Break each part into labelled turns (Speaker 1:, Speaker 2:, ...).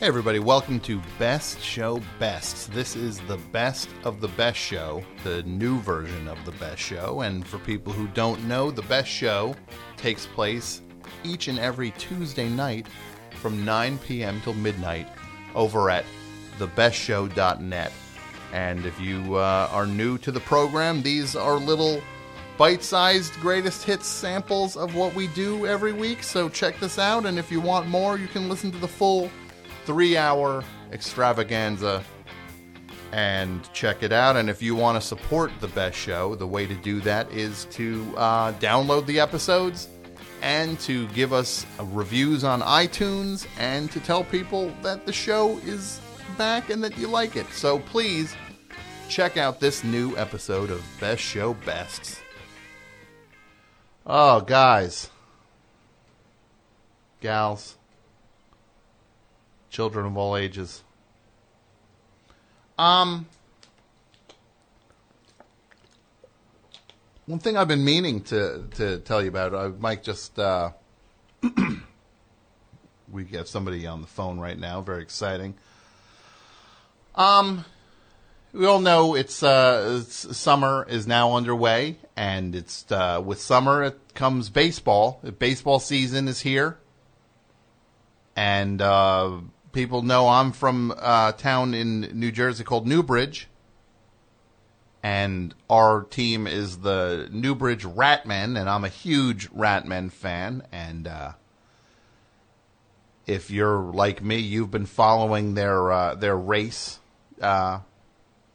Speaker 1: Hey, everybody, welcome to Best Show Best. This is the best of the best show, the new version of the best show. And for people who don't know, the best show takes place each and every Tuesday night from 9 p.m. till midnight over at thebestshow.net. And if you uh, are new to the program, these are little bite sized greatest hits samples of what we do every week. So check this out. And if you want more, you can listen to the full three hour extravaganza and check it out. And if you want to support the best show, the way to do that is to uh, download the episodes and to give us uh, reviews on iTunes and to tell people that the show is back and that you like it. So please check out this new episode of Best Show Bests. Oh, guys, gals, children of all ages. Um, one thing I've been meaning to to tell you about, I might just uh, we have somebody on the phone right now, very exciting. Um, we all know it's, uh, it's summer is now underway, and it's uh, with summer it comes baseball. Baseball season is here, and uh, people know I'm from a town in New Jersey called Newbridge, and our team is the Newbridge Ratmen, and I'm a huge Ratmen fan, and. Uh, if you're like me, you've been following their uh, their race uh,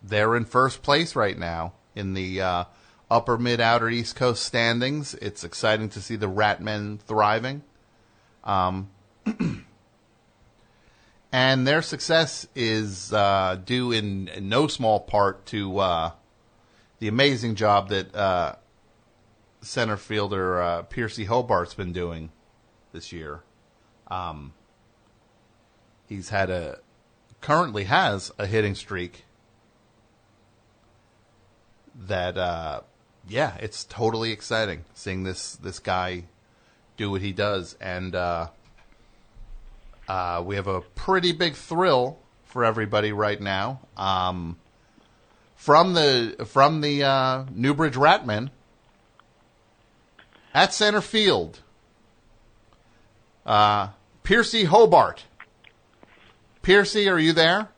Speaker 1: they're in first place right now in the uh, upper mid outer east coast standings it's exciting to see the ratmen thriving um, and their success is uh, due in, in no small part to uh, the amazing job that uh, center fielder uh, Piercy Hobart's been doing this year. Um, he's had a currently has a hitting streak that uh yeah, it's totally exciting seeing this this guy do what he does and uh uh we have a pretty big thrill for everybody right now. Um from the from the uh Newbridge Ratman at center field. Uh Piercy Hobart. Piercy, are you there?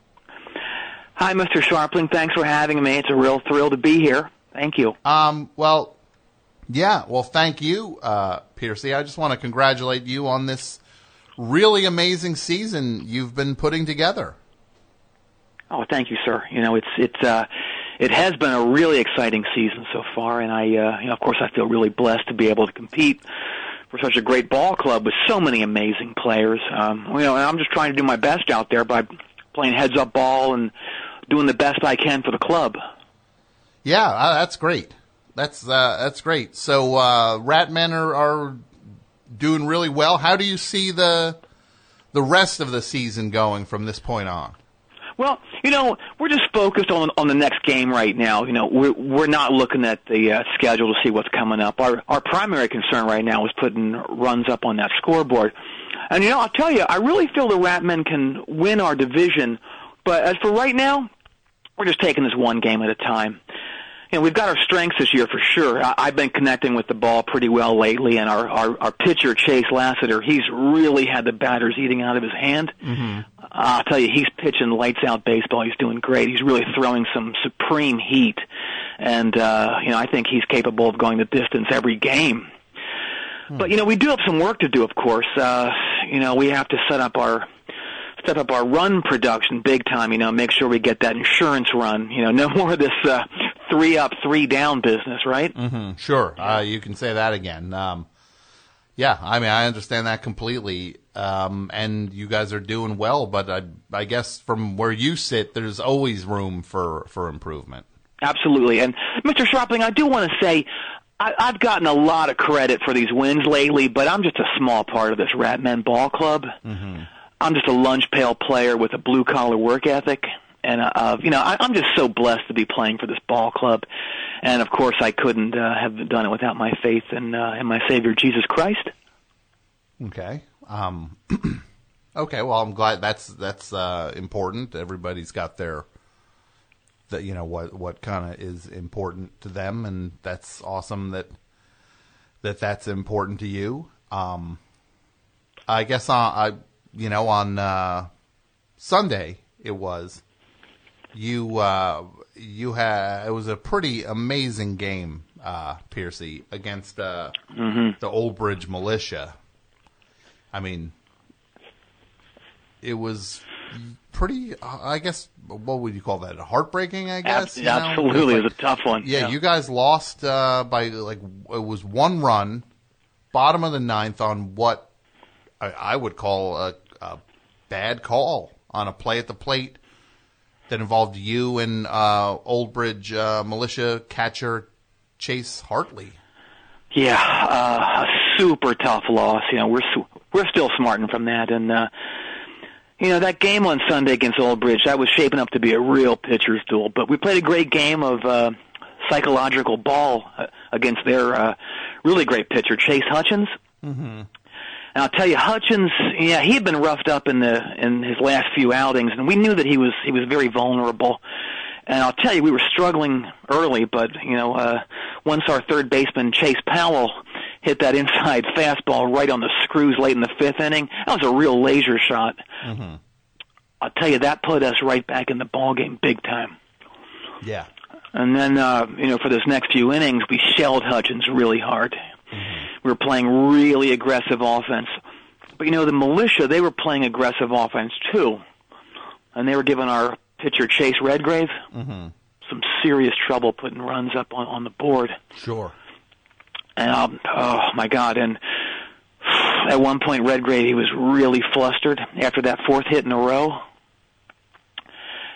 Speaker 2: Hi, Mr. Sharpling. Thanks for having me. It's a real thrill to be here. Thank you.
Speaker 1: Um, well, yeah. Well, thank you, uh, Piercy. I just want to congratulate you on this really amazing season you've been putting together.
Speaker 2: Oh, thank you, sir. You know, it's it's uh, it has been a really exciting season so far, and I, uh, you know, of course, I feel really blessed to be able to compete for such a great ball club with so many amazing players. Um, you know, and I'm just trying to do my best out there by playing heads up ball and doing the best I can for the club.
Speaker 1: Yeah, uh, that's great. That's uh, that's great. So uh, Ratmen are, are doing really well. How do you see the the rest of the season going from this point on?
Speaker 2: Well, you know, we're just focused on on the next game right now. You know, we're we're not looking at the uh, schedule to see what's coming up. Our our primary concern right now is putting runs up on that scoreboard. And you know, I'll tell you, I really feel the Ratmen can win our division, but as for right now, we're just taking this one game at a time. You know, we've got our strengths this year for sure. I, I've been connecting with the ball pretty well lately, and our, our, our pitcher, Chase Lassiter, he's really had the batters eating out of his hand. Mm-hmm. Uh, I'll tell you, he's pitching lights out baseball. He's doing great. He's really throwing some supreme heat. And, uh, you know, I think he's capable of going the distance every game. But, you know, we do have some work to do, of course. Uh, you know, we have to set up our step up our run production big time. You know, make sure we get that insurance run. You know, no more of this uh, three up, three down business, right?
Speaker 1: Mm, Sure, uh, you can say that again. Um, yeah, I mean, I understand that completely. Um, and you guys are doing well, but I, I guess from where you sit, there's always room for, for improvement.
Speaker 2: Absolutely. And Mr. Sharpling, I do want to say I, I've gotten a lot of credit for these wins lately, but I'm just a small part of this Ratman Ball Club. I'm just a lunch pail player with a blue collar work ethic. And uh, uh, you know, I, I'm just so blessed to be playing for this ball club, and of course, I couldn't uh, have done it without my faith in uh, in my Savior Jesus Christ.
Speaker 1: Okay. Um, Okay, well, I'm glad that's that's uh, important. Everybody's got their that you know what what kind of is important to them, and that's awesome that that that's important to you. Um, I guess I, I you know on uh, Sunday it was you uh, you had it was a pretty amazing game, uh, Piercy against uh,
Speaker 2: Mm-hmm.
Speaker 1: the Old Bridge Militia. I mean, it was pretty. I guess what would you call that? Heartbreaking, I
Speaker 2: Ab-
Speaker 1: guess. you know?
Speaker 2: absolutely,
Speaker 1: It's
Speaker 2: it was a tough one.
Speaker 1: yeah, you guys lost uh, by like it was one run, bottom of the ninth on what I, I would call a, a bad call on a play at the plate that involved you and uh, Oldbridge uh, militia catcher Chase Hartley.
Speaker 2: Yeah, uh, a super tough loss. You know, we're su- we're still smarting from that, and uh, you know that game on Sunday against Old Bridge that was shaping up to be a real pitcher's duel. But we played a great game of uh, psychological ball uh, against their uh, really great pitcher Chase Hutchins. Mm-hmm. And I'll tell you, Hutchins, yeah, he had been roughed up in the in his last few outings, and we knew that he was he was very vulnerable. And I'll tell you, we were struggling early, but you know, uh, once our third baseman Chase Powell hit that inside fastball right on the screws late in the fifth inning, that was a real laser shot. I'll tell you, that put us right back in the ball game big time.
Speaker 1: Yeah,
Speaker 2: And then, uh, you know, for those next few innings, we shelled Hutchins really hard. We were playing really aggressive offense. But, you know, the militia, they were playing aggressive offense too. And they were giving our pitcher, Chase Redgrave, some serious trouble putting runs up on, on the board.
Speaker 1: sure.
Speaker 2: And, um, oh, my God. And at one point, Redgrave, he was really flustered after that fourth hit in a row.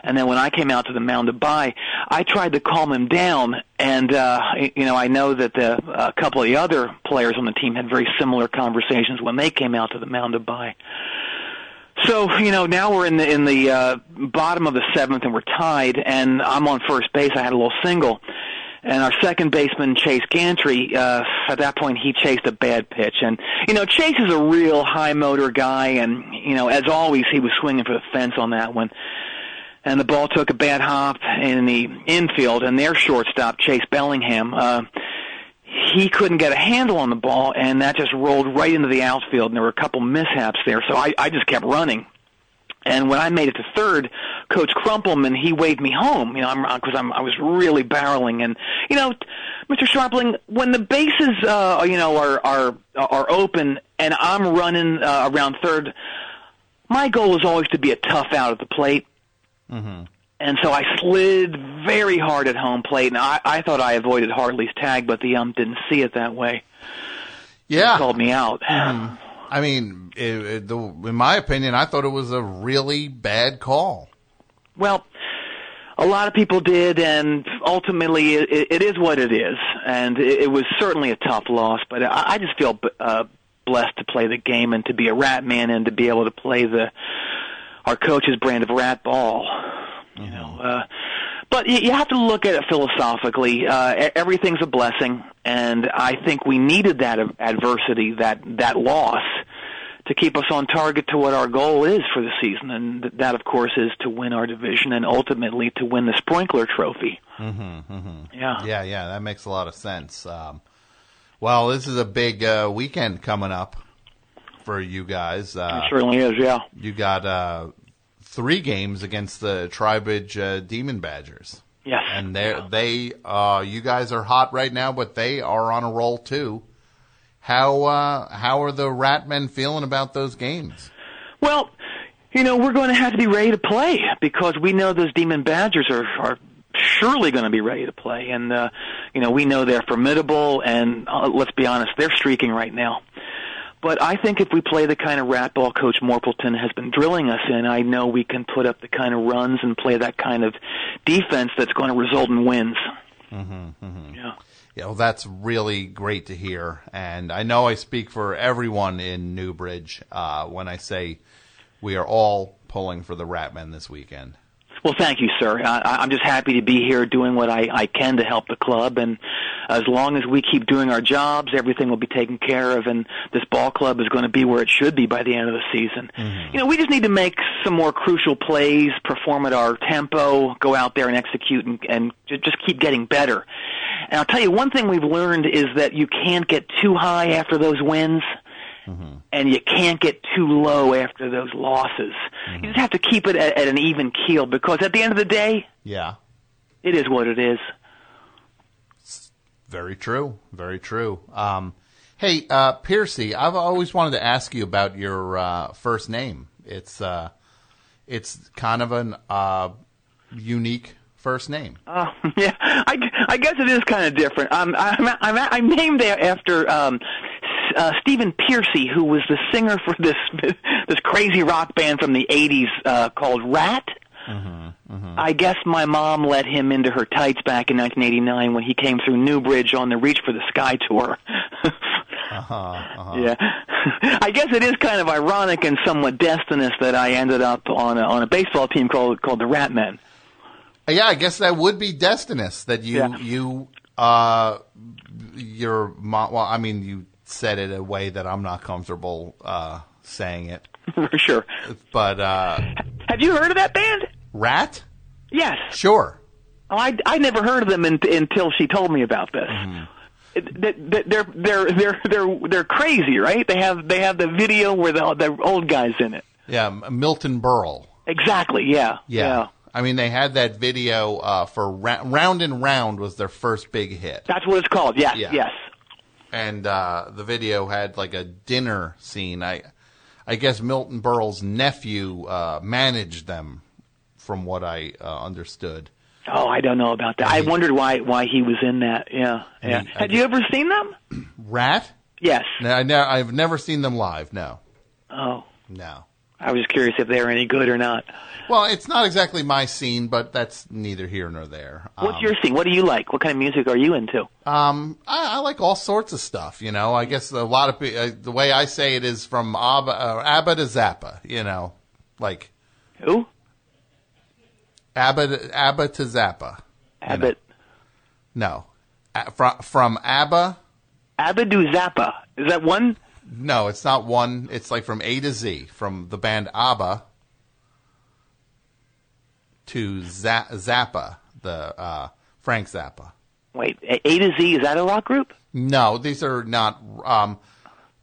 Speaker 2: And then when I came out to the mound to buy, I tried to calm him down. And, uh, y- you know, I know that the, a couple of the other players on the team had very similar conversations when they came out to the mound to buy. So, you know, now we're in the, in the, uh, bottom of the seventh and we're tied and I'm on first base. I had a little single. And our second baseman, Chase Gantry, uh, at that point he chased a bad pitch. And, you know, Chase is a real high motor guy and, you know, as always he was swinging for the fence on that one and the ball took a bad hop in the infield, and their shortstop Chase Bellingham, uh, he couldn't get a handle on the ball, and that just rolled right into the outfield. And there were a couple mishaps there, so I, I just kept running. And when I made it to third, Coach Crumpleman he waved me home. You know, I'm because I'm I was really barreling, and you know, Mr. Sharpling, when the bases uh, you know are are are open and I'm running uh, around third, my goal is always to be a tough out at the plate. And so I slid very hard at home plate, and I, I thought I avoided Hartley's tag, but the ump didn't see it that way.
Speaker 1: Yeah,
Speaker 2: Called me out.
Speaker 1: I mean, it, it, the, in my opinion, I thought it was a really bad call.
Speaker 2: Well, a lot of people did, and ultimately it, it, it is what it is. And it, it was certainly a tough loss, but I, I just feel b- uh, blessed to play the game and to be a rat man and to be able to play the our coach's brand of rat ball. You know, uh, but you, you have to look at it philosophically. Uh, e- everything's a blessing, and I think we needed that ad- adversity, that that loss to keep us on target to what our goal is for the season, and th- that, of course, is to win our division and ultimately to win the Sprinkler Trophy. Mm-hmm, Yeah.
Speaker 1: Yeah, yeah, that makes a lot of sense. Um, well, this is a big uh, weekend coming up for you guys. Uh,
Speaker 2: it certainly is. Yeah,
Speaker 1: You got uh, three games against the Tribage uh, Demon Badgers,
Speaker 2: yes.
Speaker 1: and they are they uh, you guys are hot right now, but they are on a roll too. How uh, how are the Ratmen feeling about those games?
Speaker 2: Well, you know, we're going to have to be ready to play because we know those Demon Badgers are, are surely going to be ready to play. And, uh, you know, we know they're formidable, and uh, let's be honest, they're streaking right now. But I think if we play the kind of rat ball Coach Morpleton has been drilling us in, I know we can put up the kind of runs and play that kind of defense that's going to result in wins. Mm-hmm, Yeah.
Speaker 1: Yeah, well, that's really great to hear. And I know I speak for everyone in Newbridge uh, when I say we are all pulling for the Ratmen this weekend.
Speaker 2: Well, thank you, sir. I, I- I'm just happy to be here doing what I, I can to help the club, and as long as we keep doing our jobs, everything will be taken care of, and this ball club is going to be where it should be by the end of the season. You know, we just need to make some more crucial plays, perform at our tempo, go out there and execute, and, and ju- just keep getting better. And I'll tell you one thing we've learned is that you can't get too high after those wins and you can't get too low after those losses. You just have to keep it at, at an even keel because at the end of the day,
Speaker 1: Yeah.
Speaker 2: it is what it is.
Speaker 1: Very true. Very true. Um, hey, uh, Piercy, I've always wanted to ask you about your uh, first name. It's uh, it's kind of an uh, unique first name.
Speaker 2: Uh, yeah, I, I guess it is kind of different. Um, I'm, I'm, I'm named a- after um, S- uh, Stephen Piercy, who was the singer for this this crazy rock band from the '80s uh, called Rat. I guess my mom let him into her tights back in 1989 when he came through Newbridge on the Reach for the Sky tour. Yeah, I guess it is kind of ironic and somewhat destinous that I ended up on a, on a baseball team called called the Ratmen.
Speaker 1: Uh, Yeah, I guess that would be destinous that you
Speaker 2: Yeah.
Speaker 1: you uh your mom. Well, I mean, you said it a way that I'm not comfortable uh, saying it,
Speaker 2: For sure.
Speaker 1: but uh,
Speaker 2: Have you heard of that band?
Speaker 1: rat.
Speaker 2: Yes.
Speaker 1: Sure.
Speaker 2: Oh, I I never heard of them in, until she told me about this.
Speaker 1: Mm-hmm.
Speaker 2: It- th- th- They're they're they're they're they're crazy, right? They have they have the video where the the old guys in it.
Speaker 1: Yeah, M- Milton Berle.
Speaker 2: Exactly. Yeah.
Speaker 1: Yeah. I mean, they had that video uh, for Ra- Round and Round was their first big hit.
Speaker 2: That's what it's called. Yes.
Speaker 1: Yeah.
Speaker 2: Yes.
Speaker 1: And uh, the video had like a dinner scene. I I guess Milton Berle's nephew uh, managed them, from what I uh, understood.
Speaker 2: Oh, I don't know about that. I wondered why why he was in that. Yeah. Yeah.
Speaker 1: he- I
Speaker 2: Had you ever seen them?
Speaker 1: Rat?
Speaker 2: Yes.
Speaker 1: Mm-hmm. No, I ne- I've never seen them live. No.
Speaker 2: Oh,
Speaker 1: No.
Speaker 2: I was curious if they were any good or not.
Speaker 1: Well, it's not exactly my scene, but that's neither here nor there.
Speaker 2: What's your scene? What do you like? What kind of music are you into?
Speaker 1: Um, I, I like all sorts of stuff, you know. I guess a lot of pe- uh, the way I say it is from Abba, uh, Abba to Zappa, you know, like
Speaker 2: Who?
Speaker 1: Abba to, Abba to Zappa.
Speaker 2: Abbott.
Speaker 1: No, a- from from Abba.
Speaker 2: Abadu Zappa. Is that one?
Speaker 1: No, it's not one. It's like from A to Z, from the band Abba to Za- Zappa, the uh, Frank Zappa.
Speaker 2: Wait, A A to Z, is that a rock group?
Speaker 1: No, these are not. Um,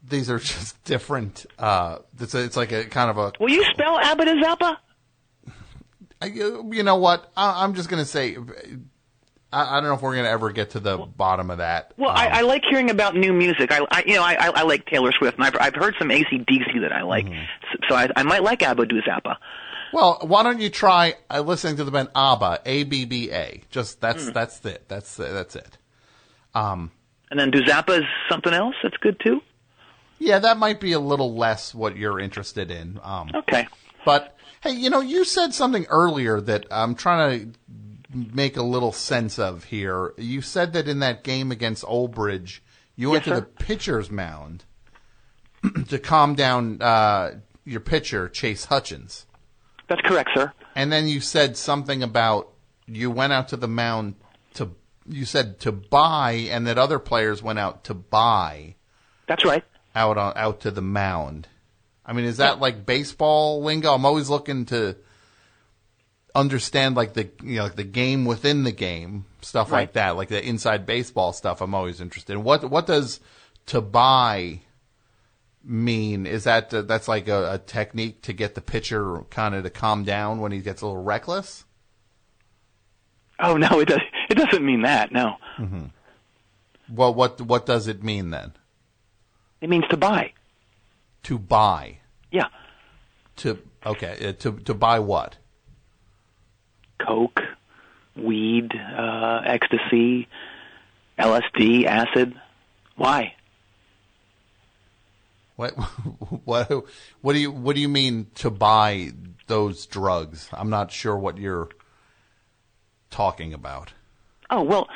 Speaker 1: these are just different. Uh, it's, a, it's like a kind of a
Speaker 2: Will you spell Abadu Zappa?
Speaker 1: I- you you know what? I, I'm just going to say, I, I don't know if we're going to ever get to the bottom of that.
Speaker 2: Well, I, I like hearing about new music. I, I you know, I, I I like Taylor Swift, and I've, I've heard some AC/DC that I like. S- So I, I might like Abadu Zappa.
Speaker 1: Well, why don't you try uh, listening to the band ABBA, A B B A? Just that's
Speaker 2: Mm.
Speaker 1: that's it. That's uh, that's it.
Speaker 2: And then do Zappa is something else that's good too?
Speaker 1: Yeah, that might be a little less what you're interested in. Um,
Speaker 2: Okay.
Speaker 1: but hey, you know, you said something earlier that I'm trying to make a little sense of here. You said that in that game against Old Bridge, you went
Speaker 2: Yes,
Speaker 1: to
Speaker 2: sir.
Speaker 1: the pitcher's mound to calm down uh, your pitcher, Chase Hutchins.
Speaker 2: That's correct, sir.
Speaker 1: And then you said something about you went out to the mound to you said to buy, and that other players went out to buy
Speaker 2: That's right.
Speaker 1: out on out to the mound. I mean, is that like baseball lingo? I'm always looking to understand like the you know like the game within the game stuff like
Speaker 2: Right.
Speaker 1: that, like the inside baseball stuff. I'm always interested in what what does to buy mean? Is that uh, that's like a, a technique to get the pitcher kind of to calm down when he gets a little reckless?
Speaker 2: Oh no, it does. It doesn't mean that. No,
Speaker 1: Well, what what does it mean then?
Speaker 2: it means to buy.
Speaker 1: To buy
Speaker 2: Yeah,
Speaker 1: to okay uh, to to buy what?
Speaker 2: coke, weed, uh, ecstasy, LSD, acid. Why?
Speaker 1: What what what do you what do you mean to buy those drugs? I'm not sure what you're talking about.
Speaker 2: Oh well,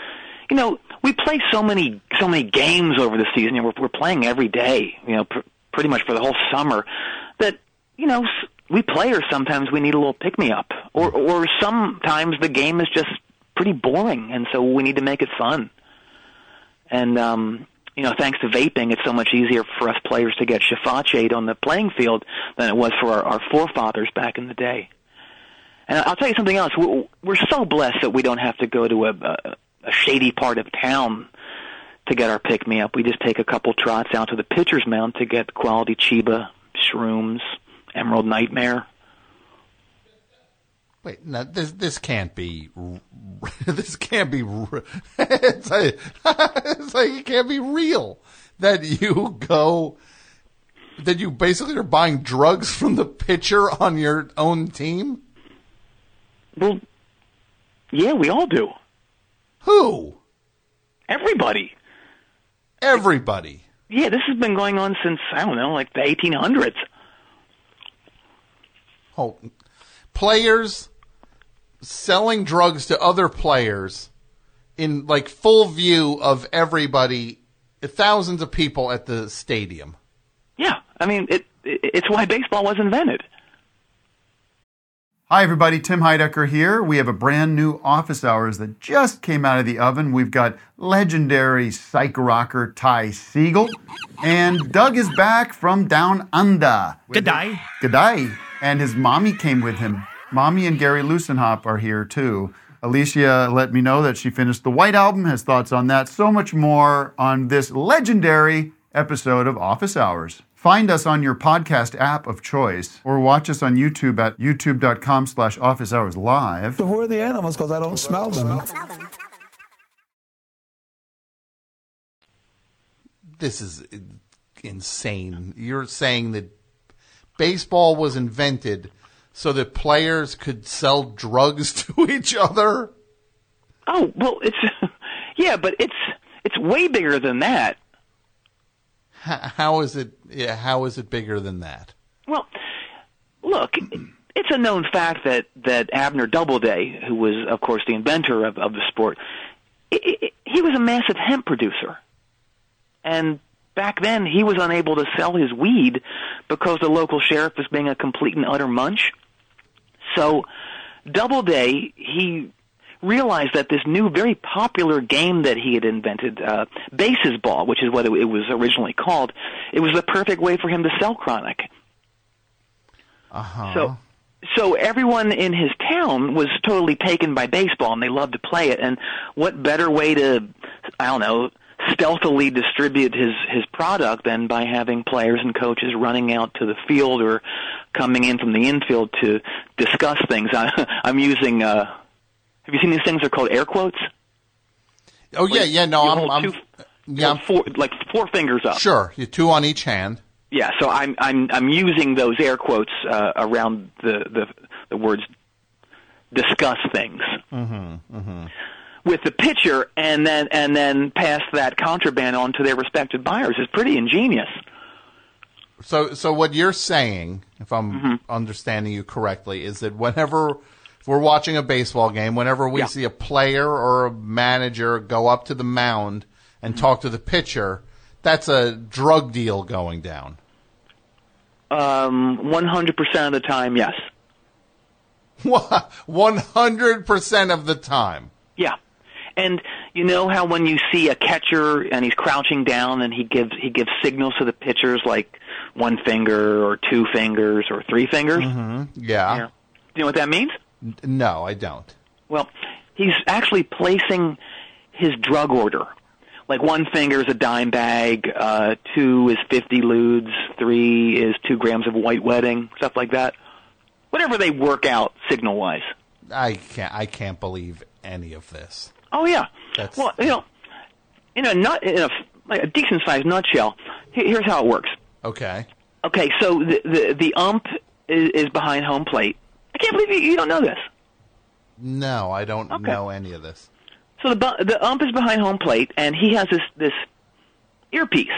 Speaker 2: you know we play so many so many games over the season. and We're, we're playing every day, you know, pr- pretty much for the whole summer. That you know s- we players sometimes we need a little pick me up, or or sometimes the game is just pretty boring, and so we need to make it fun. And um, you know, thanks to vaping, it's so much easier for us players to get shafachate on the playing field than it was for our, our forefathers back in the day. And I'll tell you something else. We're, we're so blessed that we don't have to go to a, a, a shady part of town to get our pick me up. We just take a couple trots out to the pitcher's mound to get quality chiba, shrooms, emerald nightmare.
Speaker 1: Wait, no, this this can't be. r- This can't be. r- It's like, it's like it can't be real that you go. That you basically are buying drugs from the pitcher on your own team.
Speaker 2: Well, yeah, we all do.
Speaker 1: Who?
Speaker 2: Everybody.
Speaker 1: Everybody.
Speaker 2: Yeah, this has been going on since I don't know, like the 1800s.
Speaker 1: Oh, players selling drugs to other players in like full view of everybody, thousands of people at the stadium.
Speaker 2: Yeah, I mean, it, it it's why baseball was invented.
Speaker 3: Hi, everybody. Tim Heidecker here. We have a brand new Office Hours that just came out of the oven. We've got legendary psych rocker Ty Siegel. And Doug is back from down under.
Speaker 4: G'day.
Speaker 3: G'day. And his mommy came with him. Mommy and Gary Lusenhop are here too. Alicia let me know that she finished the White Album, has thoughts on that, so much more on this legendary episode of Office Hours. Find us on your podcast app of choice or watch us on YouTube at youtube.com slash office hours live.
Speaker 5: Who are the animals? Because I don't smell them.
Speaker 1: This is insane. You're saying that baseball was invented so that players could sell drugs to each other?
Speaker 2: Oh well, it's yeah, but it's it's way bigger than that.
Speaker 1: H- How is it? Yeah, how is it bigger than that?
Speaker 2: Well, look, it's a known fact that that Abner Doubleday, who was of course the inventor of, of the sport, i i he was a massive hemp producer, and back then he was unable to sell his weed because the local sheriff was being a complete and utter munch. So, Doubleday, he realized that this new, very popular game that he had invented, uh, bases ball, which is what it, it was originally called, it was the perfect way for him to sell chronic. So, so everyone in his town was totally taken by baseball, and they loved to play it. And what better way to, I don't know, stealthily distribute his his product than by having players and coaches running out to the field or coming in from the infield to discuss things. I, I'm using. Uh, have you seen these things? They're called air quotes.
Speaker 1: Oh yeah, yeah. No,
Speaker 2: You
Speaker 1: I'm.
Speaker 2: hold
Speaker 1: I'm
Speaker 2: two-
Speaker 1: yeah,
Speaker 2: Hold four, like four fingers up.
Speaker 1: I'm sure. You two on each hand.
Speaker 2: Yeah, so I'm I'm I'm using those air quotes uh, around the, the the words discuss things mm-hmm, with the pitcher, and then and then pass that contraband on to their respective buyers. It's pretty ingenious.
Speaker 1: So, so what you're saying, if I'm
Speaker 2: Mm-hmm.
Speaker 1: understanding you correctly, is that whenever if we're watching a baseball game, whenever we
Speaker 2: Yeah.
Speaker 1: see a player or a manager go up to the mound
Speaker 2: Mm-hmm.
Speaker 1: and talk to the pitcher, that's a drug deal going down.
Speaker 2: Um, 100% of the time, yes.
Speaker 1: One hundred percent of the time.
Speaker 2: Yeah. And you know how when you see a catcher and he's crouching down and he gives he gives signals to the pitchers like one finger or two fingers or three fingers?
Speaker 1: Yeah.
Speaker 2: Yeah. Do you know what that means?
Speaker 1: N- No, I don't.
Speaker 2: Well, he's actually placing his drug order. Like one finger is a dime bag, uh, two is 50 ludes, three is two grams of white wedding, stuff like that. Whatever they work out signal wise.
Speaker 1: I can't. I can't believe any of this.
Speaker 2: Oh yeah.
Speaker 1: That's-
Speaker 2: well, you know, in a nut, in a, like a decent sized nutshell, he- here's how it works.
Speaker 1: Okay.
Speaker 2: Okay, so the the, the ump is, is behind home plate. I can't believe you, you don't know this.
Speaker 1: No, I don't know any of this.
Speaker 2: So the bu- the ump is behind home plate, and he has this this earpiece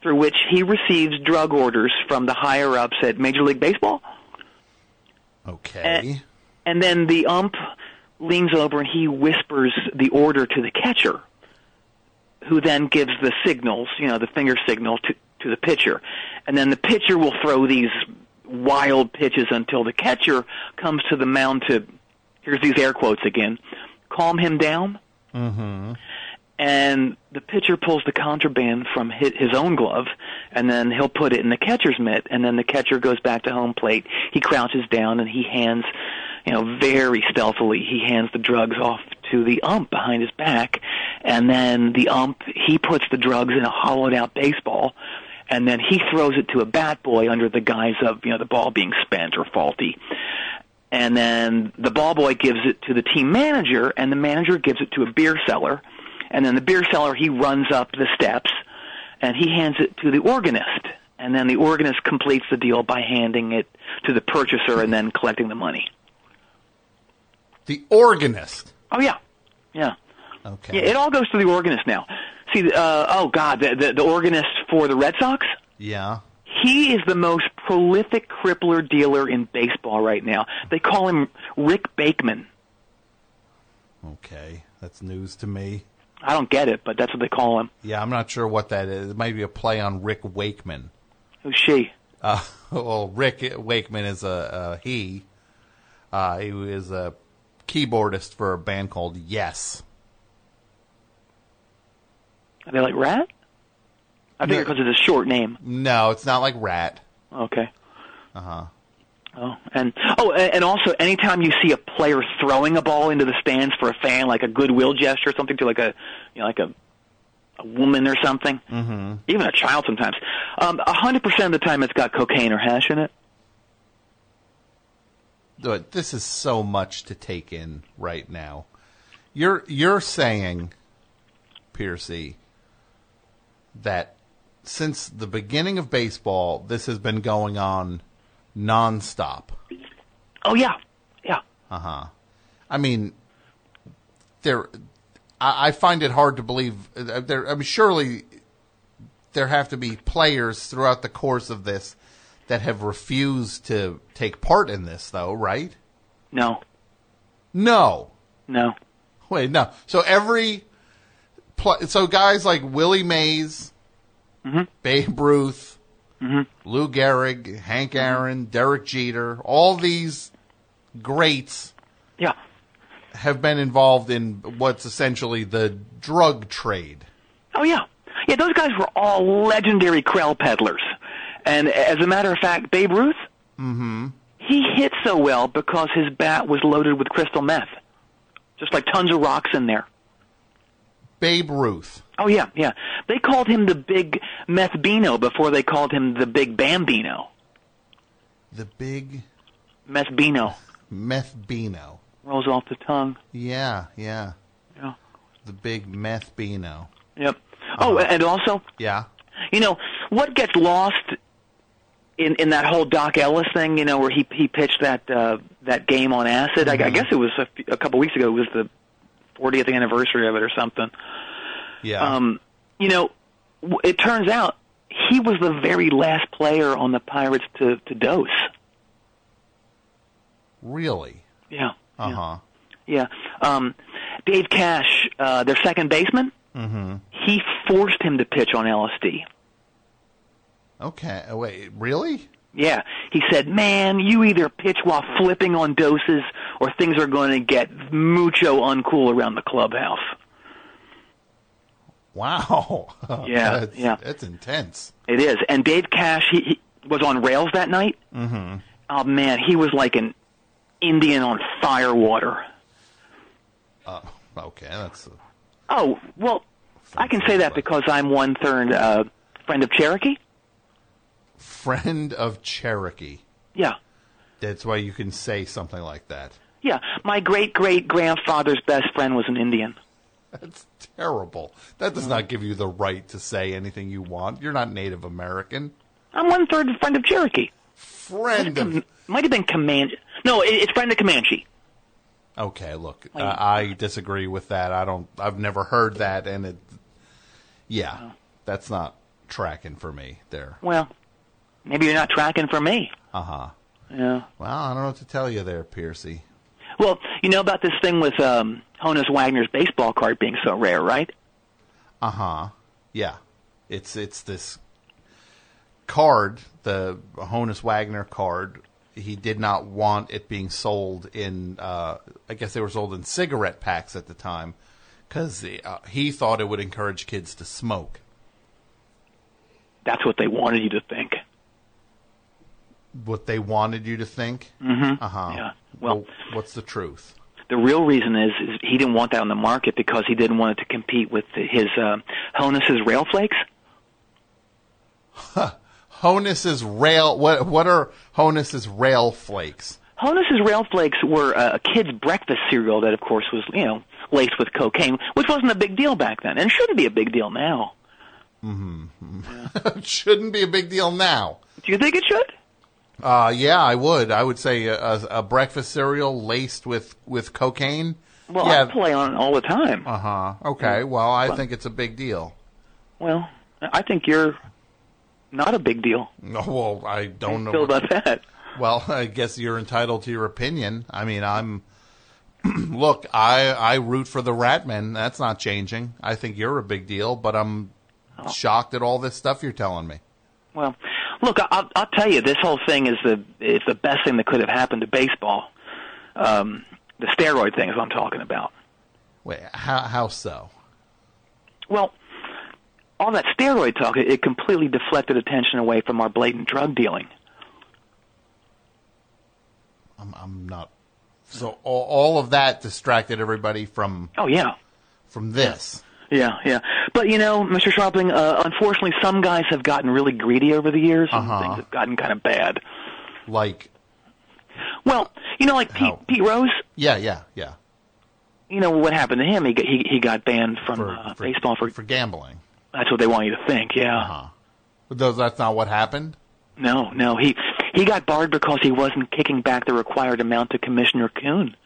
Speaker 2: through which he receives drug orders from the higher ups at Major League Baseball, Eh.
Speaker 1: Okay.
Speaker 2: and then the ump leans over and he whispers the order to the catcher, who then gives the signals, you know, the finger signal to to the pitcher, and then the pitcher will throw these wild pitches until the catcher comes to the mound to here's these air quotes again, calm him down. and the pitcher pulls the contraband from his, his own glove, and then he'll put it in the catcher's mitt, and then the catcher goes back to home plate. He crouches down and he hands, you know, very stealthily, he hands the drugs off to the ump behind his back, and then the ump he puts the drugs in a hollowed out baseball. And then he throws it to a bat boy under the guise of you know the ball being spent or faulty, and then the ball boy gives it to the team manager, and the manager gives it to a beer seller, and then the beer seller he runs up the steps, and he hands it to the organist, and then the organist completes the deal by handing it to the purchaser and then collecting the money.
Speaker 1: The organist.
Speaker 2: Oh yeah, yeah,
Speaker 1: Okay.
Speaker 2: yeah. It all goes to the organist now. See, uh, oh God, the, the the organist for the Red Sox.
Speaker 1: yeah.
Speaker 2: He is the most prolific crippler dealer in baseball right now. They call him Rick Bakeman.
Speaker 1: Okay. That's news to me.
Speaker 2: I don't get it, but that's what they call him.
Speaker 1: Yeah, I'm not sure what that is. It might be a play on Rick Wakeman.
Speaker 2: Who's she?
Speaker 1: Uh, well, Rick Wakeman is a, a he. Uh, he is a keyboardist for a band called Yes.
Speaker 2: Are they like rat? I think
Speaker 1: No.
Speaker 2: because it's a short name.
Speaker 1: No, it's not like Rat.
Speaker 2: Okay. Uh huh. Oh, and oh, a- and also, anytime you see a player throwing a ball into the stands for a fan, like a goodwill gesture, something to like a, you know, like a, a woman or something, mm-hmm. even a child sometimes. Um, a hundred percent of the time, it's got cocaine or hash in it.
Speaker 1: But this is so much to take in right now. You're you're saying, Piercy, that since the beginning of baseball, this has been going on nonstop.
Speaker 2: Oh yeah, yeah.
Speaker 1: I mean, there. I, I find it hard to believe. uh, There, I mean, surely there have to be players throughout the course of this that have refused to take part in this, though, right?
Speaker 2: No,
Speaker 1: No,
Speaker 2: no.
Speaker 1: wait, no. So every, pl- so guys like Willie Mays, Babe Ruth, Lou Gehrig, Hank Aaron, Derek Jeter, all these greats
Speaker 2: Yeah.
Speaker 1: have been involved in what's essentially the drug trade.
Speaker 2: Oh yeah. Yeah, those guys were all legendary crowd peddlers. And as a matter of fact, Babe Ruth, mm-hmm. he hit so well because his bat was loaded with crystal meth. Just like tons of rocks in there.
Speaker 1: Babe Ruth.
Speaker 2: Oh yeah, yeah. They called him the big meth bino before they called him the big bambino.
Speaker 1: The big
Speaker 2: Meth bino
Speaker 1: meth beano.
Speaker 2: rolls off the tongue.
Speaker 1: Yeah, yeah.
Speaker 2: Yeah.
Speaker 1: The big meth beano.
Speaker 2: Yep. Oh, and also
Speaker 1: Yeah.
Speaker 2: you know what gets lost in in that whole Doc Ellis thing, you know, where he he pitched that uh, that game on acid. I, I guess it was a, few, a couple weeks ago. It was the 40th anniversary of it or something.
Speaker 1: Yeah.
Speaker 2: Um, you know, w- it turns out he was the very last player on the Pirates to to dose.
Speaker 1: really?
Speaker 2: Yeah.
Speaker 1: Uh huh.
Speaker 2: Yeah. Um, Dave Cash, uh, their second baseman, mm-hmm. he forced him to pitch on LSD.
Speaker 1: Okay. Oh, wait, really?
Speaker 2: Yeah. He said, man, you either pitch while flipping on doses or things are going to get mucho uncool around the clubhouse.
Speaker 1: Wow.
Speaker 2: Yeah,
Speaker 1: that's,
Speaker 2: yeah.
Speaker 1: That's intense.
Speaker 2: It is. And Dave Cash, he, he was on rails that night. Mm-hmm. Oh, man, he was like an Indian on firewater.
Speaker 1: Okay, that's.
Speaker 2: Oh, well, I can say that because I'm one third uh, friend of Cherokee.
Speaker 1: Friend of Cherokee.
Speaker 2: Yeah.
Speaker 1: That's why you can say something like that.
Speaker 2: Yeah, my great great grandfather's best friend was an Indian.
Speaker 1: That's terrible. That
Speaker 2: Uh-huh.
Speaker 1: does not give you the right to say anything you want. You're not Native American.
Speaker 2: I'm one third friend of Cherokee.
Speaker 1: Friend of
Speaker 2: Might have been Comanche. No, it, it's friend of Comanche.
Speaker 1: Okay, look, uh, I disagree with that. I don't. I've never heard that, and it. Yeah, that's not tracking for me there.
Speaker 2: Well, maybe you're not tracking for me.
Speaker 1: Uh huh.
Speaker 2: Yeah.
Speaker 1: Well, I don't know what to tell you there, Piercy.
Speaker 2: Well, you know about this thing with um, Honus Wagner's baseball card being so rare, right?
Speaker 1: Uh huh. Yeah, it's it's this card, the Honus Wagner card. He did not want it being sold in. Uh, I guess they were sold in cigarette packs at the time, because uh, he thought it would encourage kids to smoke.
Speaker 2: That's what they wanted you to think.
Speaker 1: What they wanted you to think. Uh huh.
Speaker 2: Mm-hmm. Yeah. Well-
Speaker 1: what's the truth?
Speaker 2: The real reason is, is he didn't want that on the market because he didn't want it to compete with his uh, Honus's rail flakes.
Speaker 1: Honus's rail. What what are Honus's rail flakes?
Speaker 2: Honus's rail flakes were a kid's breakfast cereal that, of course, was you know laced with cocaine, which wasn't a big deal back then, and shouldn't be a big deal now.
Speaker 1: Shouldn't be a big deal now.
Speaker 2: Do you think it should?
Speaker 1: Uh, yeah, I would. I would say a, a, a breakfast cereal laced with with cocaine.
Speaker 2: Well, I Mm.
Speaker 1: yeah.
Speaker 2: play on it all the time.
Speaker 1: Uh huh. Okay. Well, I think it's a big deal.
Speaker 2: well, I think you're not a big deal.
Speaker 1: No, well, I don't know.
Speaker 2: Feel
Speaker 1: what-
Speaker 2: about that?
Speaker 1: Well, I guess you're entitled to your opinion. I mean, I'm. look, I I root for the Ratmen. That's not changing. I think you're a big deal, but I'm
Speaker 2: Oh.
Speaker 1: shocked at all this stuff you're telling me.
Speaker 2: Well, look, I, I'll, I'll tell you, this whole thing is the is the best thing that could have happened to baseball. Um, the steroid thing is what I'm talking about.
Speaker 1: Wait, how how so?
Speaker 2: Well, all that steroid talk it, it completely deflected attention away from our blatant drug dealing.
Speaker 1: I'm I'm not. So all, all of that distracted everybody from
Speaker 2: Oh yeah,
Speaker 1: from this.
Speaker 2: yeah, yeah. But you know, Mr. Sharpling, uh, unfortunately, some guys have gotten really greedy over the years, and
Speaker 1: Uh-huh.
Speaker 2: things have gotten kind of bad.
Speaker 1: Like,
Speaker 2: Well, you know, like Pete,
Speaker 1: How?
Speaker 2: Pete Rose.
Speaker 1: yeah, yeah, yeah.
Speaker 2: You know what happened to him? He got, he he got banned from
Speaker 1: For,
Speaker 2: uh,
Speaker 1: for
Speaker 2: baseball for
Speaker 1: for gambling.
Speaker 2: that's what they want you to think. Yeah.
Speaker 1: Uh-huh. But those, that's not what happened.
Speaker 2: No, no. He he got barred because he wasn't kicking back the required amount to Commissioner Kuhn.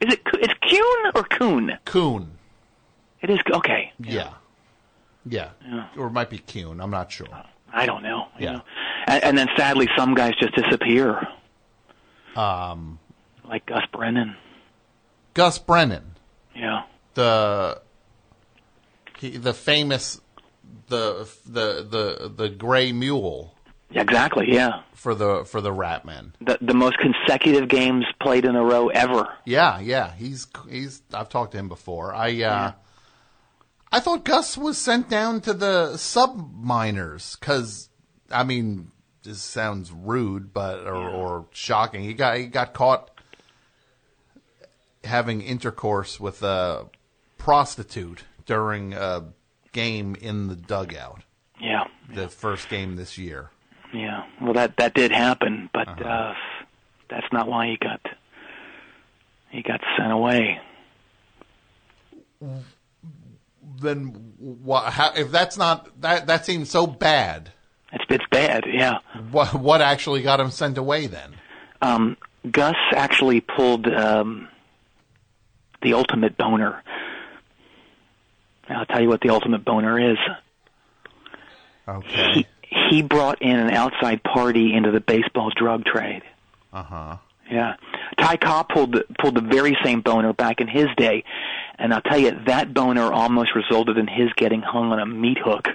Speaker 2: Is it Kuhn- it's Kuhn or Kuhn?
Speaker 1: Coon.
Speaker 2: It is okay.
Speaker 1: Yeah. Yeah. Or it might be Kuhn. I'm not sure.
Speaker 2: I don't know. you
Speaker 1: Yeah.
Speaker 2: know. And, and then sadly, some guys just disappear,
Speaker 1: Um,
Speaker 2: like Gus Brennan.
Speaker 1: Gus Brennan,
Speaker 2: Yeah.
Speaker 1: the he, the famous the the the the gray mule
Speaker 2: Yeah, Exactly. Yeah.
Speaker 1: for the for the Ratman.
Speaker 2: The the most consecutive games played in a row ever.
Speaker 1: Yeah, yeah. He's he's. I've talked to him before. I uh, I thought Gus was sent down to the sub minors because I mean this sounds rude, but or, or shocking. He got he got caught having intercourse with a prostitute during a game in the dugout.
Speaker 2: Yeah.
Speaker 1: The first game this year.
Speaker 2: Yeah. Well, that that did happen, but uh that's not why he got he got sent away.
Speaker 1: Then what? How, if that's not that that seems so bad.
Speaker 2: It's it's bad. Yeah.
Speaker 1: What what actually got him sent away then?
Speaker 2: um, Gus actually pulled um, the ultimate boner. I'll tell you what the ultimate boner is.
Speaker 1: Okay.
Speaker 2: He brought in an outside party into the baseball drug trade.
Speaker 1: Uh huh.
Speaker 2: Yeah, Ty Cobb pulled the, pulled the very same boner back in his day, and I'll tell you that boner almost resulted in his getting hung on a meat hook.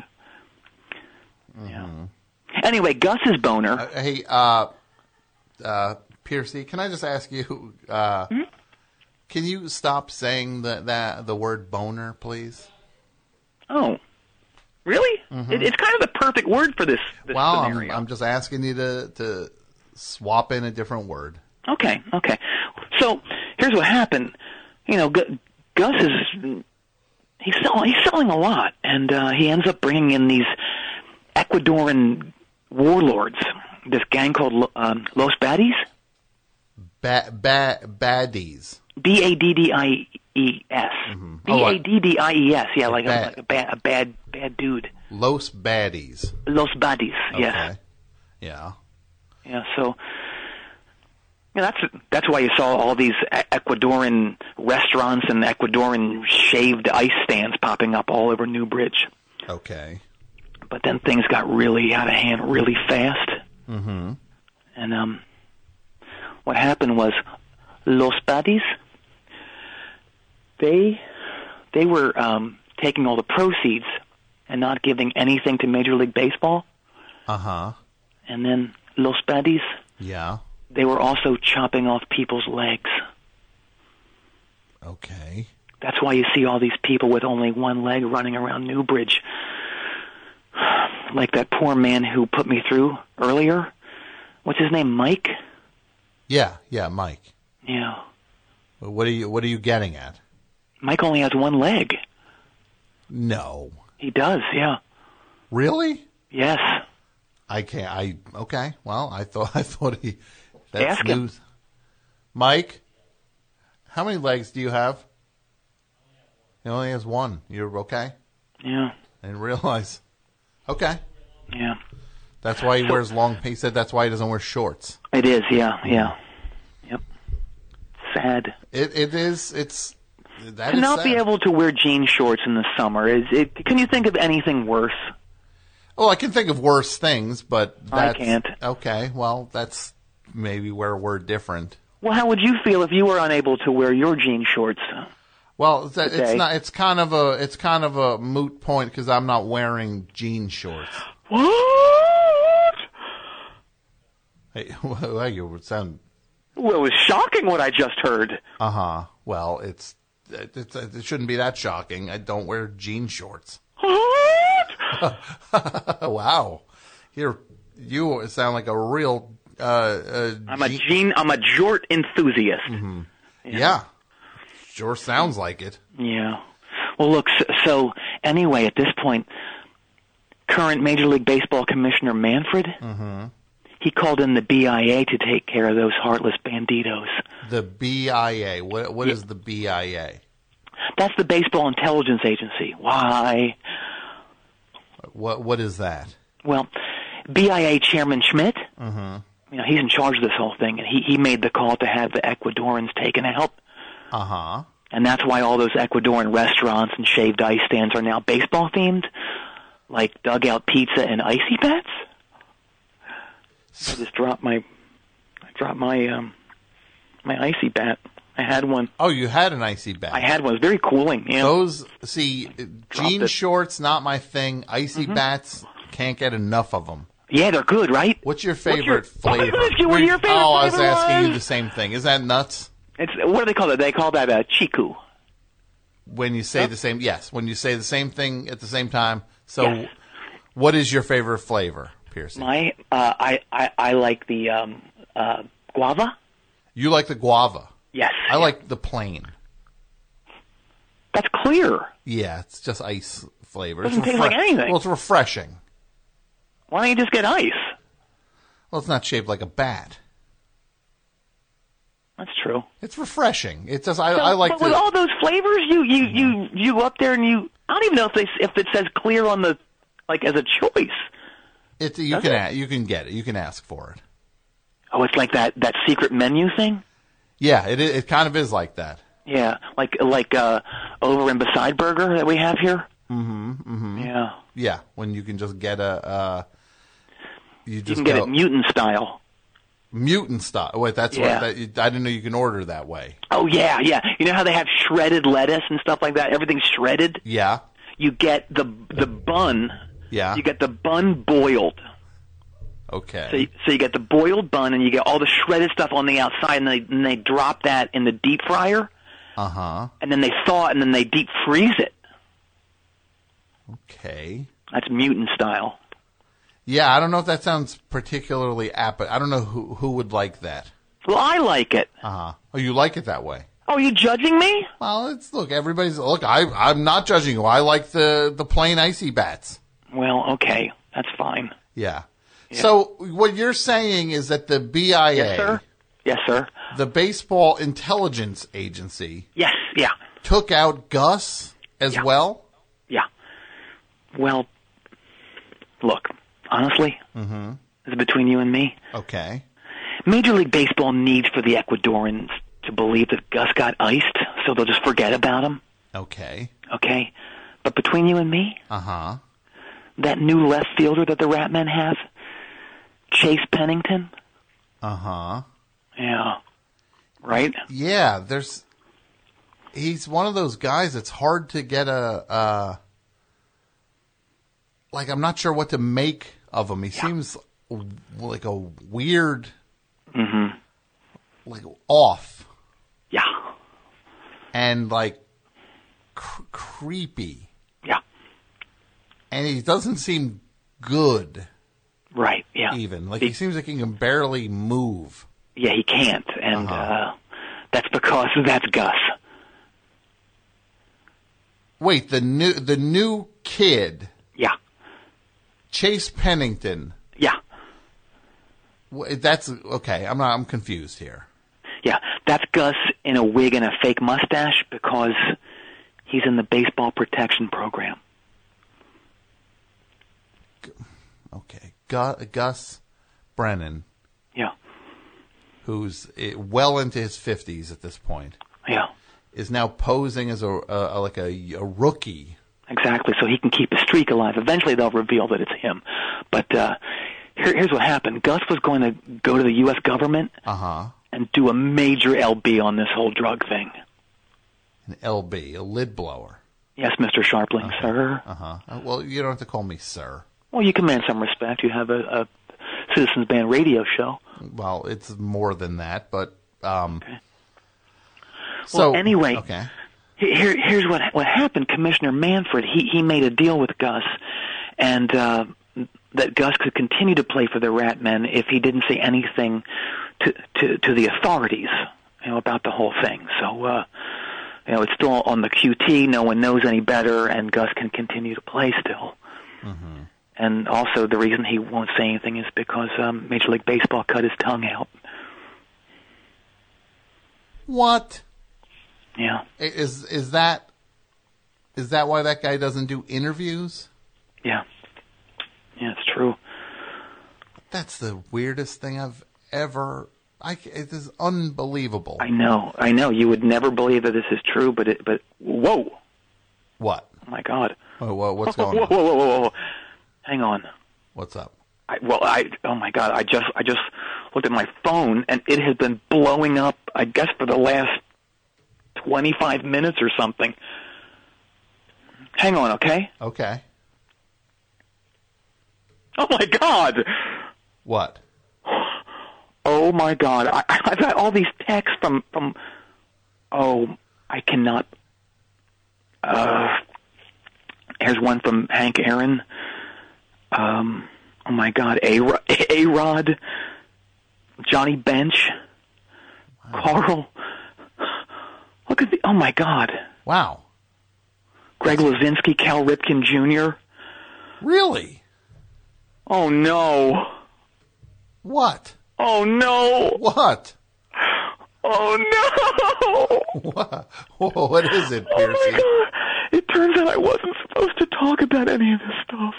Speaker 2: Yeah. Anyway, Gus's boner.
Speaker 1: Hey, uh, uh, Piercy, can I just ask you? Uh, Can you stop saying the, that the word boner, please?
Speaker 2: Oh, really? It, it's kind of the perfect word for this, this
Speaker 1: Well, I'm,
Speaker 2: scenario.
Speaker 1: I'm just asking you to to swap in a different word.
Speaker 2: Okay, okay. So here's what happened. You know, Gu- Gus is he's selling he's selling a lot, and uh, he ends up bringing in these Ecuadorian warlords. This gang called Lo- um, Los Baddies,
Speaker 1: Ba- ba- baddies.
Speaker 2: B A D D I E S,
Speaker 1: Oh,
Speaker 2: B
Speaker 1: like-
Speaker 2: A D D I E S. Yeah, like a,
Speaker 1: Bad.
Speaker 2: like a bad a bad bad dude.
Speaker 1: Los baddies.
Speaker 2: Los Baddies. Yeah.
Speaker 1: Okay. Yeah.
Speaker 2: Yeah, so yeah, that's that's why you saw all these E- Ecuadorian restaurants and Ecuadorian shaved ice stands popping up all over Newbridge.
Speaker 1: Okay.
Speaker 2: But then things got really out of hand really fast. Mm-hmm. And um, what happened was Los Baddies they they were um, taking all the proceeds and not giving anything to Major League Baseball.
Speaker 1: Uh huh.
Speaker 2: And then Los Baddies
Speaker 1: Yeah.
Speaker 2: they were also chopping off people's legs.
Speaker 1: Okay.
Speaker 2: That's why you see all these people with only one leg running around Newbridge. Like that poor man who put me through earlier. What's his name? Mike?
Speaker 1: Yeah, yeah, Mike.
Speaker 2: Yeah.
Speaker 1: What are you What are you getting at?
Speaker 2: Mike only has one leg.
Speaker 1: No,
Speaker 2: He does, yeah.
Speaker 1: really?
Speaker 2: Yes.
Speaker 1: I can't. I okay. Well, I thought I thought he. That's
Speaker 2: Ask him.
Speaker 1: news. Mike, how many legs do you have? He only has one. You're okay.
Speaker 2: Yeah.
Speaker 1: I didn't realize. Okay,
Speaker 2: Yeah.
Speaker 1: that's why he wears long. He said that's why he doesn't wear shorts.
Speaker 2: It is, yeah, yeah. Yep. Sad.
Speaker 1: It it is. It's that
Speaker 2: to
Speaker 1: is
Speaker 2: not be
Speaker 1: sad.
Speaker 2: able to wear jean shorts in the summer is it can you think of anything worse
Speaker 1: Oh, I can think of worse things, but
Speaker 2: I
Speaker 1: that's,
Speaker 2: can't.
Speaker 1: Okay, well, that's maybe where we're different.
Speaker 2: well how would you feel if you were unable to wear your jean shorts
Speaker 1: Well, it's, it's
Speaker 2: Okay.
Speaker 1: not. It's kind of a. It's kind of a moot point because I'm not wearing jean shorts.
Speaker 2: what
Speaker 1: Hey, well, you would sound.
Speaker 2: well it was shocking what i just heard
Speaker 1: Uh huh. Well, it's. It, it's- it shouldn't be that shocking. I don't wear jean shorts.
Speaker 2: what?
Speaker 1: wow, you're you sound like a real. Uh, uh,
Speaker 2: i'm a jean i'm a jort enthusiast
Speaker 1: yeah, sure sounds like it.
Speaker 2: yeah well look so, so anyway at this point current major league baseball commissioner manfred he called in the bia to take care of those heartless banditos
Speaker 1: The BIA. What what is the BIA?
Speaker 2: That's the Baseball Intelligence Agency. Why?
Speaker 1: What what is that?
Speaker 2: Well, BIA Chairman Schmidt, you know, he's in charge of this whole thing, and he, he made the call to have the Ecuadorans taken out.
Speaker 1: Uh huh.
Speaker 2: And that's why all those Ecuadorian restaurants and shaved ice stands are now baseball themed, like dugout pizza and icy bats. I just dropped my, I dropped my, um, my icy bat. I had one.
Speaker 1: Oh, you had an icy bag.
Speaker 2: I had one. It was very cooling. Yeah.
Speaker 1: Those see jean
Speaker 2: it. Mm-hmm.
Speaker 1: shorts not my thing. Icy bats can't get enough of them.
Speaker 2: yeah, they're good, right?
Speaker 1: What's your
Speaker 2: your-
Speaker 1: favorite
Speaker 2: I was gonna
Speaker 1: flavor?
Speaker 2: ask you what your favorite
Speaker 1: oh, I was
Speaker 2: flavor
Speaker 1: asking you
Speaker 2: was.
Speaker 1: the same thing. Is that nuts?
Speaker 2: It's what do they call that? They call that a chiku.
Speaker 1: When you say the same, yes. When you say the same thing at the same time. So,
Speaker 2: Yes.
Speaker 1: what is your favorite flavor, Piercy?
Speaker 2: My uh, I, I I like the um, uh, guava.
Speaker 1: you like the guava.
Speaker 2: Yes,
Speaker 1: I like the plain.
Speaker 2: that's clear.
Speaker 1: Yeah, it's just ice flavor.
Speaker 2: Doesn't
Speaker 1: it's
Speaker 2: taste like anything.
Speaker 1: Well, it's refreshing.
Speaker 2: Why don't you just get ice?
Speaker 1: Well, it's not shaped like a bat.
Speaker 2: That's true.
Speaker 1: It's refreshing. It does. I, I like Mm-hmm.
Speaker 2: but with
Speaker 1: the-
Speaker 2: all those flavors, you you you you go up there and you I don't even know if they if it says clear on the like as a choice.
Speaker 1: It's you can a you can get it. You can ask for it.
Speaker 2: Oh, it's like that that secret menu thing.
Speaker 1: Yeah, it i- it kind of is like that.
Speaker 2: Yeah, like like uh, over in Beside Burger that we have here. Mm-hmm. Mm-hmm. Yeah,
Speaker 1: Yeah, when you can just get a uh, you
Speaker 2: you
Speaker 1: just
Speaker 2: can get
Speaker 1: go,
Speaker 2: it mutant style.
Speaker 1: mutant style. Wait, that's
Speaker 2: Yeah.
Speaker 1: what that, I didn't know you can order that way.
Speaker 2: Oh yeah, yeah. You know how they have shredded lettuce and stuff like that. Everything's shredded.
Speaker 1: Yeah,
Speaker 2: you get the the bun.
Speaker 1: Yeah.
Speaker 2: You get the bun boiled.
Speaker 1: okay.
Speaker 2: So you, so you get the boiled bun, and you get all the shredded stuff on the outside, and they and they drop that in the deep fryer,
Speaker 1: uh huh.
Speaker 2: and then they thaw it, and then they deep freeze it.
Speaker 1: Okay.
Speaker 2: That's mutant style.
Speaker 1: Yeah, I don't know if that sounds particularly apt, but I don't know who who would like that.
Speaker 2: Well, I like it.
Speaker 1: Uh huh. Oh, you like it that way?
Speaker 2: Oh, are you judging me?
Speaker 1: Well, it's look. Everybody's look. I I'm not judging you. I like the the plain icy bats.
Speaker 2: Well, okay, that's fine.
Speaker 1: Yeah. So what you're saying is that the BIA,
Speaker 2: Yes, sir. Yes, sir.
Speaker 1: the Baseball Intelligence Agency,
Speaker 2: Yes, yeah,
Speaker 1: took out Gus as well.
Speaker 2: yeah. Well, look, honestly, mm-hmm. this is between you and me.
Speaker 1: Okay.
Speaker 2: Major League Baseball needs for the Ecuadorians to believe that Gus got iced, so they'll just forget about him,
Speaker 1: Okay.
Speaker 2: okay? But between you and me,
Speaker 1: Uh huh.
Speaker 2: that new left fielder that the Ratmen have, Chase Pennington,
Speaker 1: Uh huh.
Speaker 2: yeah, right?
Speaker 1: Yeah. There's. He's one of those guys. It's hard to get a. Uh, like I'm not sure what to make of him. He seems w- like a weird. Like off.
Speaker 2: Yeah,
Speaker 1: and like cr- creepy,
Speaker 2: Yeah.
Speaker 1: and he doesn't seem good
Speaker 2: Right. Yeah.
Speaker 1: even. Like he seems like he can barely move.
Speaker 2: Yeah, he can't, and uh that's because that's Gus.
Speaker 1: Wait, the new the new kid,
Speaker 2: Yeah,
Speaker 1: Chase Pennington.
Speaker 2: yeah,
Speaker 1: Wh- That's okay. I'm not. I'm confused here.
Speaker 2: yeah. That's Gus in a wig and a fake mustache because he's in the baseball protection program.
Speaker 1: Okay, Gu- Gus Brennan,
Speaker 2: Yeah,
Speaker 1: who's eh, well into his fifties at this point,
Speaker 2: yeah,
Speaker 1: is now posing as a, a, a- like a, a rookie.
Speaker 2: exactly. So he can keep his streak alive. Eventually, they'll reveal that it's him. But uh, here, here's what happened: Gus was going to go to the U.S. government
Speaker 1: Uh huh.
Speaker 2: and do a major LB on this whole drug thing.
Speaker 1: An LB, a lid blower.
Speaker 2: Yes, Mr. Sharpling, sir.
Speaker 1: Uh huh. well, you don't have to call me sir.
Speaker 2: Well, you command some respect. You have a, a Citizens Band radio show.
Speaker 1: Well, it's more than that, but um. So
Speaker 2: Well, anyway-
Speaker 1: okay.
Speaker 2: Here, here's what what happened. Commissioner Manfred he he made a deal with Gus, and uh, that Gus could continue to play for the Rat Men if he didn't say anything to to to the authorities, you know, about the whole thing. So, uh, you know, it's still on the QT. No one knows any better, and Gus can continue to play still. And also, the reason he won't say anything is because um, Major League Baseball cut his tongue out.
Speaker 1: What?
Speaker 2: Yeah,
Speaker 1: Is is that is that why that guy doesn't do interviews?
Speaker 2: yeah, yeah. It's true.
Speaker 1: That's the weirdest thing I've ever. I c it is unbelievable.
Speaker 2: I know, I know. You would never believe that this is true, but it, but whoa,
Speaker 1: what?
Speaker 2: oh my God,
Speaker 1: Oh, wha- what's
Speaker 2: whoa,
Speaker 1: going
Speaker 2: whoa,
Speaker 1: on?
Speaker 2: whoa, whoa, whoa, hang on.
Speaker 1: What's up?
Speaker 2: I, well, I oh my God, I just I just looked at my phone and it has been blowing up. I guess for the last twenty five minutes or something. Hang on, okay?
Speaker 1: Okay.
Speaker 2: Oh my God.
Speaker 1: What?
Speaker 2: Oh my God! I, I've got all these texts from from. Oh, I cannot. Uh, here's one from Hank Aaron. Um, oh my God, a a Rod, Johnny Bench, Carl. Look at the. Oh my God,
Speaker 1: Wow.
Speaker 2: Greg Levinsky, Cal Ripken Jr.
Speaker 1: Really?
Speaker 2: Oh no!
Speaker 1: What?
Speaker 2: Oh no!
Speaker 1: What?
Speaker 2: Oh no!
Speaker 1: What? Whoa, what is it, Piercy?
Speaker 2: Oh my god! It turns out I wasn't supposed to talk about any of this stuff.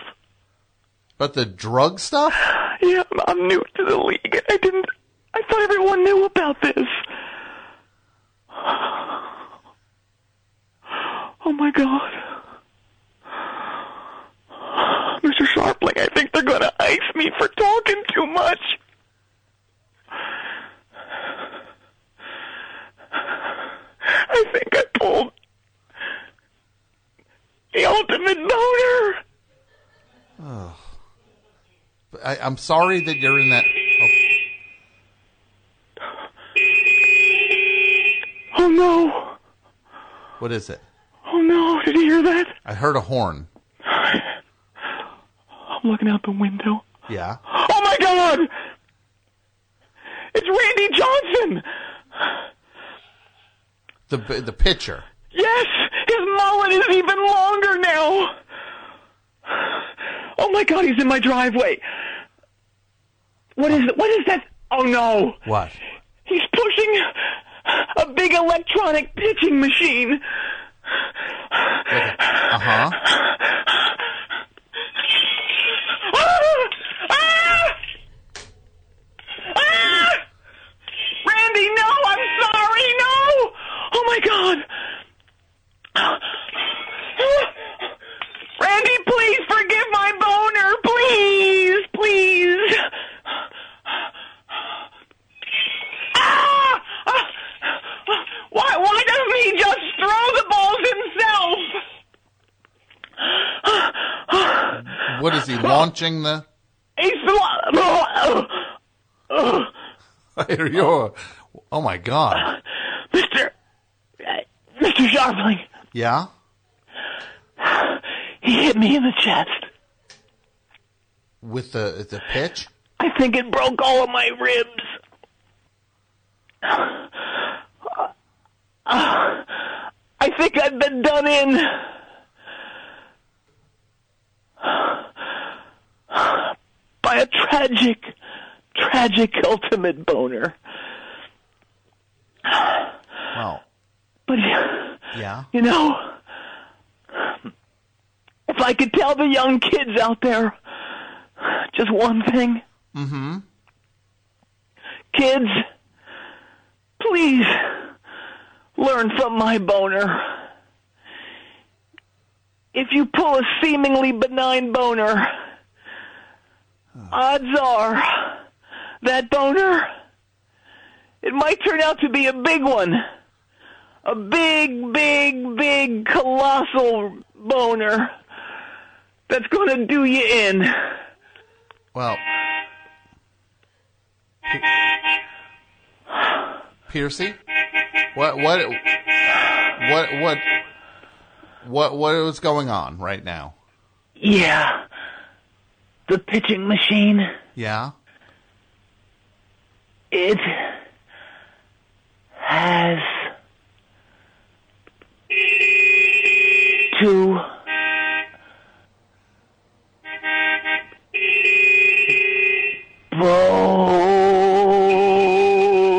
Speaker 1: But the drug stuff?
Speaker 2: Yeah, I'm- I'm new to the league. I didn't. I thought everyone knew about this. Oh my god. Mr. Sharpling, I think they're gonna ice me for talking too much. I think I pulled the ultimate boner.
Speaker 1: I, I'm sorry that you're in that. Oh,
Speaker 2: Oh no.
Speaker 1: what is it?
Speaker 2: Oh no, did you hear that?
Speaker 1: I heard a horn.
Speaker 2: I'm looking out the window.
Speaker 1: Yeah.
Speaker 2: Oh my god! It's Randy Johnson!
Speaker 1: The the pitcher.
Speaker 2: Yes! His mullet is even longer now! Oh my god, he's in my driveway! What is what is that? Oh no!
Speaker 1: What?
Speaker 2: He's pushing a big electronic pitching machine!
Speaker 1: Uh huh.
Speaker 2: Ah! Ah! Ah! Randy, no, I'm sorry, no! Oh my god! Randy, please forgive my boner, please, please! Ah! Ah! Why, why doesn't he just throw the balls himself?
Speaker 1: What is he launching the?
Speaker 2: He's the one.
Speaker 1: You're- oh my god.
Speaker 2: Mr. uh, Mr. Sharpling,
Speaker 1: Yeah.
Speaker 2: He hit me in the chest.
Speaker 1: With the the pitch?
Speaker 2: I think it broke all of my ribs. I think I've been done in. By a tragic, tragic ultimate boner.
Speaker 1: Well,
Speaker 2: But,
Speaker 1: yeah.
Speaker 2: you know, if I could tell the young kids out there just one thing.
Speaker 1: Mm-hmm.
Speaker 2: Kids, please learn from my boner. If you pull a seemingly benign boner, odds are that boner, it might turn out to be a big one. A big, big, big, colossal boner that's going to do you in.
Speaker 1: Well. P- Piercy? What what what what what what is going on right now?
Speaker 2: Yeah. The pitching machine.
Speaker 1: Yeah?
Speaker 2: It has two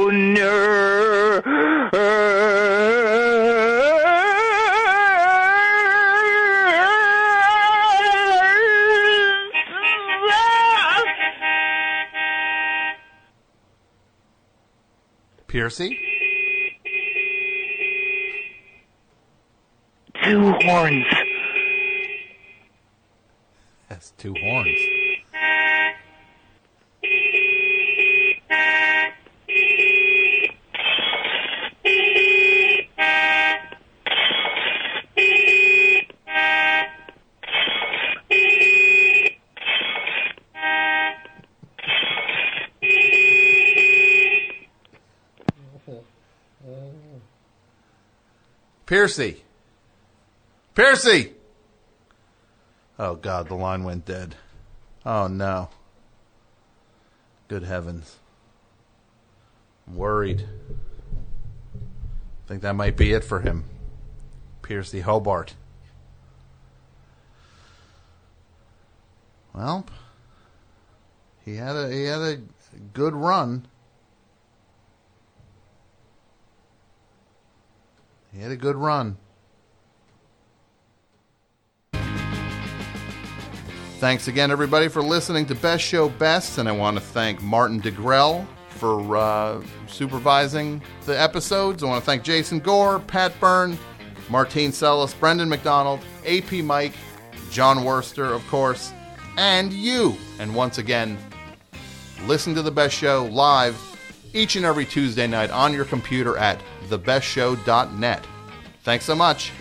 Speaker 2: boner.
Speaker 1: Piercy?
Speaker 2: Two horns.
Speaker 1: That's two horns. Piercy. Piercy. Oh God, the line went dead. Oh no. Good heavens. I'm worried. think that might be it for him. Piercy Hobart. Well, he had a he had a good run. He had a good run. Thanks again, everybody, for listening to Best Show Best, and I want to thank Martin DeGrell for uh, supervising the episodes. I want to thank Jason Gore, Pat Byrne, Martine Sellis, Brendan McDonald, AP Mike, John Worster, of course, and you. And once again, listen to The Best Show live each and every Tuesday night on your computer at thebestshow.net. Thanks so much.